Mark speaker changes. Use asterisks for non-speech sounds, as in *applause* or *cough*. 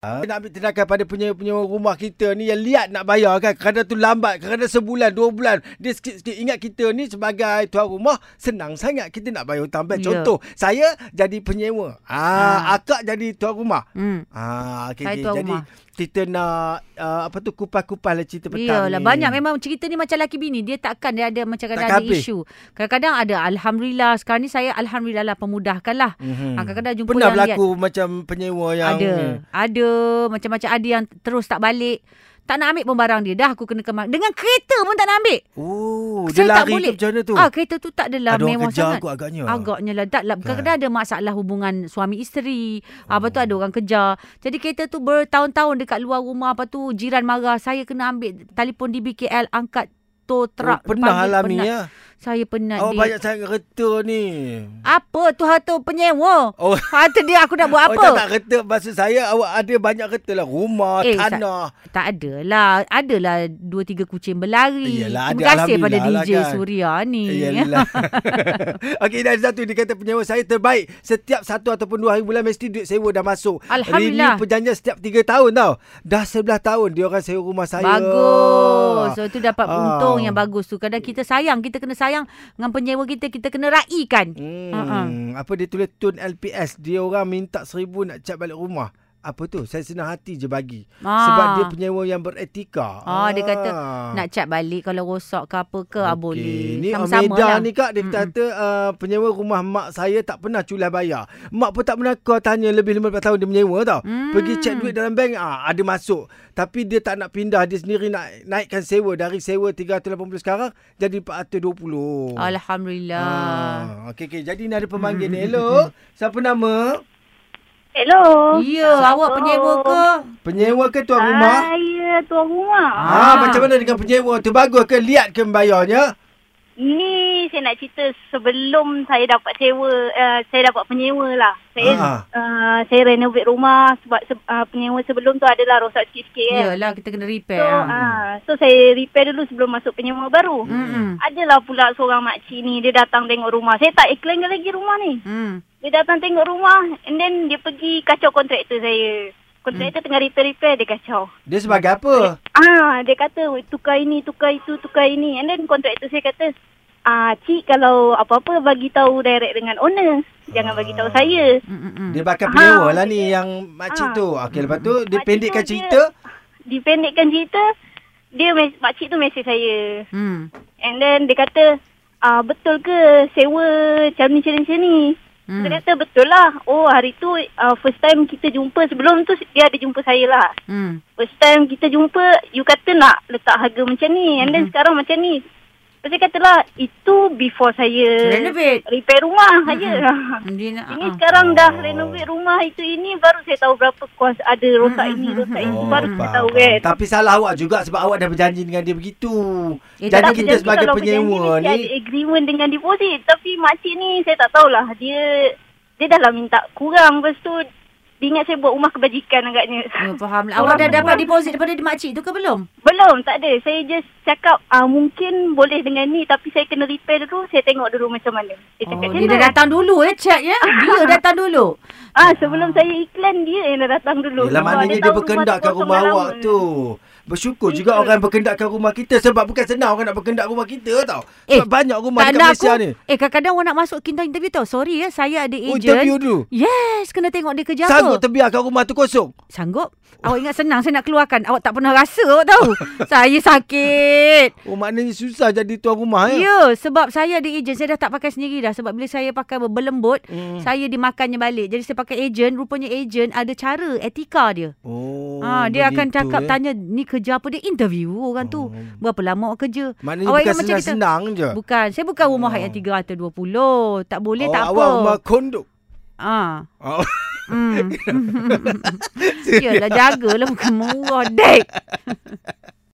Speaker 1: Ha? Nak ambil tindakan pada punya punya rumah kita ni yang liat nak bayar kan. Kadang tu lambat, kadang sebulan, dua bulan. Dia sikit-sikit ingat kita ni sebagai tuan rumah senang sangat kita nak bayar hutang bank.
Speaker 2: Ya.
Speaker 1: Contoh, saya jadi penyewa. Ah, ha.
Speaker 2: Ha.
Speaker 1: akak jadi tuan rumah.
Speaker 2: Hmm.
Speaker 1: Ah, okay,
Speaker 2: Saya
Speaker 1: okay.
Speaker 2: tuan
Speaker 1: jadi
Speaker 2: rumah.
Speaker 1: kita nak uh, apa tu kupas-kupas lah cerita petang
Speaker 2: Iyalah
Speaker 1: ni.
Speaker 2: banyak kan? memang cerita ni macam laki bini dia takkan dia ada macam kadang
Speaker 1: Tak
Speaker 2: ada
Speaker 1: habis.
Speaker 2: isu. Kadang-kadang ada alhamdulillah sekarang ni saya alhamdulillah lah pemudahkan lah.
Speaker 1: Mhm.
Speaker 2: Ha, kadang-kadang jumpa
Speaker 1: Pernah
Speaker 2: yang
Speaker 1: berlaku macam penyewa yang
Speaker 2: ada ada macam-macam ada yang terus tak balik. Tak nak ambil pun barang dia. Dah aku kena kemas. Dengan kereta pun tak nak ambil.
Speaker 1: Oh, dia
Speaker 2: Saya tak
Speaker 1: lari
Speaker 2: boleh.
Speaker 1: tu macam mana tu?
Speaker 2: Ah kereta tu tak adalah
Speaker 1: Ada orang
Speaker 2: mewah
Speaker 1: kejar
Speaker 2: sangat.
Speaker 1: aku agaknya.
Speaker 2: Agaknya lah. Tak, lah. Kadang-kadang
Speaker 1: Kan.
Speaker 2: ada masalah hubungan suami isteri.
Speaker 1: Hmm.
Speaker 2: Oh. Apa tu ada orang kejar. Jadi kereta tu bertahun-tahun dekat luar rumah. Apa tu jiran marah. Saya kena ambil telefon di BKL. Angkat tow
Speaker 1: oh,
Speaker 2: truck.
Speaker 1: pernah
Speaker 2: panggil,
Speaker 1: alami
Speaker 2: penat.
Speaker 1: ya.
Speaker 2: Saya
Speaker 1: Awak
Speaker 2: penat dia.
Speaker 1: banyak sangat kereta ni.
Speaker 2: Apa tu harta penyewa?
Speaker 1: Oh.
Speaker 2: Harta dia aku nak buat
Speaker 1: *laughs*
Speaker 2: apa?
Speaker 1: Oh, tak, tak kereta maksud saya awak ada banyak kereta lah. Rumah, eh,
Speaker 2: Eh,
Speaker 1: tanah.
Speaker 2: Tak ada lah. Adalah dua tiga kucing berlari.
Speaker 1: Yelah,
Speaker 2: Terima
Speaker 1: ada
Speaker 2: kasih pada DJ
Speaker 1: Alhamdulillah lah kan.
Speaker 2: Suria ni. ya. *laughs*
Speaker 1: Yelah. Okey, dan satu dia kata penyewa saya terbaik. Setiap satu ataupun dua hari bulan mesti duit sewa dah masuk.
Speaker 2: Alhamdulillah.
Speaker 1: Renew perjanjian setiap tiga tahun tau. Dah sebelah tahun dia orang sewa rumah saya.
Speaker 2: Bagus. So itu dapat
Speaker 1: Ah.
Speaker 2: untung yang bagus tu. Kadang kita sayang, kita kena sayang dengan penyewa kita, kita kena raikan.
Speaker 1: Hmm,
Speaker 2: Ha-ha.
Speaker 1: apa dia tulis tun LPS dia orang minta seribu nak cat balik rumah apa tu saya senang hati je bagi
Speaker 2: Ah.
Speaker 1: sebab dia penyewa yang beretika
Speaker 2: Ah, dia kata, Nak cat balik kalau rosak ke apa ke, ah, boleh.
Speaker 1: Ni
Speaker 2: Sama-sama
Speaker 1: Ameda
Speaker 2: lah.
Speaker 1: ni kak dia
Speaker 2: Mm-mm.
Speaker 1: kata uh, penyewa rumah mak saya tak pernah culas bayar. Mak pun tak pernah kau tanya lebih 15 tahun dia menyewa tau.
Speaker 2: Hmm.
Speaker 1: Pergi cek duit dalam bank ah ada masuk. Tapi dia tak nak pindah dia sendiri nak naikkan sewa dari sewa 380 sekarang jadi 420.
Speaker 2: Alhamdulillah.
Speaker 1: Ah, okey okey. Jadi ni ada pemanggil
Speaker 2: *laughs*
Speaker 1: ni. Hello. Siapa nama? Ah.
Speaker 3: Hello.
Speaker 2: Ya, awak penyewa ke?
Speaker 1: Penyewa ke tuan rumah?
Speaker 3: Saya tuan rumah.
Speaker 1: Ah, macam mana dengan penyewa tu? Bagus ke liat ke membayarnya?
Speaker 3: Ini saya nak cerita sebelum saya dapat sewa, uh, saya dapat penyewa lah. Saya
Speaker 1: Ah.
Speaker 3: uh, saya renovate rumah sebab se- uh, penyewa sebelum tu adalah rosak sikit-sikit kan.
Speaker 1: Ya,
Speaker 2: Yalah, kita kena
Speaker 3: So,
Speaker 2: repair. Hmm,
Speaker 3: uh, so saya repair dulu sebelum masuk penyewa baru.
Speaker 1: Hmm.
Speaker 2: Mm-mm.
Speaker 3: Adalah pula seorang makcik ni dia datang tengok rumah. Saya tak iklan lagi rumah ni.
Speaker 2: Hmm.
Speaker 3: Dia datang tengok rumah and then dia pergi kacau kontraktor saya. Kontraktor
Speaker 1: Hmm.
Speaker 3: tengah repair-repair dia kacau.
Speaker 1: Dia sebagai apa?
Speaker 3: Ah, dia kata tukar ini, tukar itu, tukar ini. And then kontraktor saya kata, ah, cik kalau apa-apa bagi tahu direct dengan owner. Jangan bagi tahu saya.
Speaker 2: Mm-mm.
Speaker 1: Dia bakal
Speaker 3: Ah,
Speaker 1: penyewa lah ni yang
Speaker 3: Ah.
Speaker 1: makcik tu. Okey, lepas tu dia
Speaker 3: Makcik
Speaker 1: pendekkan
Speaker 3: tu dia-
Speaker 1: cerita.
Speaker 3: Dipendekkan cerita, dia mes- makcik tu mesej saya.
Speaker 2: Hmm.
Speaker 3: And then dia kata, ah, betul ke sewa macam ni, macam ni, macam ni?
Speaker 2: Hmm.
Speaker 3: Saya kata, betul lah. Oh, hari tu ah, first time kita jumpa. Sebelum tu dia ada jumpa saya lah.
Speaker 2: Hmm.
Speaker 3: First time kita jumpa, you kata nak letak harga macam ni. And
Speaker 2: Mhm.
Speaker 3: then sekarang macam ni. Lepas saya katalah, itu before saya
Speaker 2: Renovate.
Speaker 3: repair rumah mm saja.
Speaker 2: Dia nak.
Speaker 3: *laughs*
Speaker 2: ah,
Speaker 3: Ini
Speaker 2: ah.
Speaker 3: sekarang dah
Speaker 1: Mhm. Oh.
Speaker 3: renovate rumah itu ini, baru saya tahu berapa kos ada rosak
Speaker 2: Mhm,
Speaker 3: ini,
Speaker 2: mhm,
Speaker 3: rosak
Speaker 2: mhm.
Speaker 3: ini. Baru
Speaker 1: Oh,
Speaker 3: saya
Speaker 1: faham,
Speaker 3: tahu
Speaker 1: faham.
Speaker 3: kan.
Speaker 1: Tapi salah awak juga sebab awak dah berjanji dengan dia begitu.
Speaker 2: Eh,
Speaker 1: Jadi
Speaker 3: Tapi
Speaker 1: kita
Speaker 3: jadi
Speaker 1: sebagai
Speaker 3: kalau
Speaker 1: penyewa
Speaker 3: berjanji
Speaker 1: ni
Speaker 3: mesti Ada agreement dengan deposit. Tapi makcik ni saya tak tahulah. Dia dia dah lah minta kurang. Lepas tu dia ingat saya buat rumah kebajikan agaknya. *laughs*
Speaker 2: Ya, faham lah. Awak dah dapat deposit daripada makcik tu ke belum?
Speaker 3: Belum, tak ada. Saya just cakap ah, mungkin boleh dengan ni tapi saya kena repair dulu. Saya tengok dulu macam mana. Dia
Speaker 2: Oh,
Speaker 3: cakap macam
Speaker 2: dia
Speaker 3: tu.
Speaker 2: dah datang dulu ya chat ya. Dia datang dulu.
Speaker 3: Ah, sebelum saya iklan dia yang dah datang dulu.
Speaker 1: Yelah
Speaker 3: Sebab
Speaker 1: maknanya dia
Speaker 3: tahu rumah tu
Speaker 1: berkendakkan
Speaker 3: kosong
Speaker 1: rumah
Speaker 3: dah
Speaker 1: awak
Speaker 3: lama.
Speaker 1: tu. Bersyukur juga
Speaker 3: Betul.
Speaker 1: orang berkendakkan rumah kita sebab bukan senang orang nak berkendak rumah kita tau. Sebab
Speaker 2: Eh,
Speaker 1: banyak rumah
Speaker 2: Tak
Speaker 1: dekat
Speaker 2: nak
Speaker 1: Malaysia
Speaker 2: aku.
Speaker 1: ni.
Speaker 2: Eh kadang-kadang orang nak masuk kita interview tau. Sorry ya, saya ada
Speaker 1: Oh,
Speaker 2: agent.
Speaker 1: interview dulu.
Speaker 2: Yes, kena tengok dia kerja
Speaker 1: Sanggup
Speaker 2: apa.
Speaker 1: terbiarkan rumah tu kosong.
Speaker 2: Sanggup? Awak ingat senang saya nak keluarkan. Awak tak pernah rasa awak tahu.
Speaker 1: *laughs*
Speaker 2: saya sakit.
Speaker 1: Oh maknanya susah jadi tuan rumah
Speaker 2: Ya,
Speaker 1: ya.
Speaker 2: yeah, sebab saya ada agent. Saya dah tak pakai sendiri dah. Sebab bila saya pakai berlembut,
Speaker 1: Hmm.
Speaker 2: saya dimakannya balik. Jadi saya pakai agent. Rupanya agent ada cara, etika dia.
Speaker 1: Oh.
Speaker 2: ha, dia akan
Speaker 1: begitu,
Speaker 2: cakap,
Speaker 1: eh.
Speaker 2: tanya ni kerja apa. Dia interview orang
Speaker 1: Oh.
Speaker 2: tu. Berapa lama awak kerja?
Speaker 1: Maknanya
Speaker 2: Awak
Speaker 1: bukan
Speaker 2: ingat macam kita-
Speaker 1: senang-senang je.
Speaker 2: Bukan. Saya bukan rumah
Speaker 1: Oh.
Speaker 2: hayat 320. Tak boleh,
Speaker 1: oh,
Speaker 2: tak apa.
Speaker 1: awak rumah kondok.
Speaker 2: Ah.
Speaker 1: Oh. *laughs*
Speaker 2: *laughs* Hmm. Yalah, jagalah bukan murah, dek.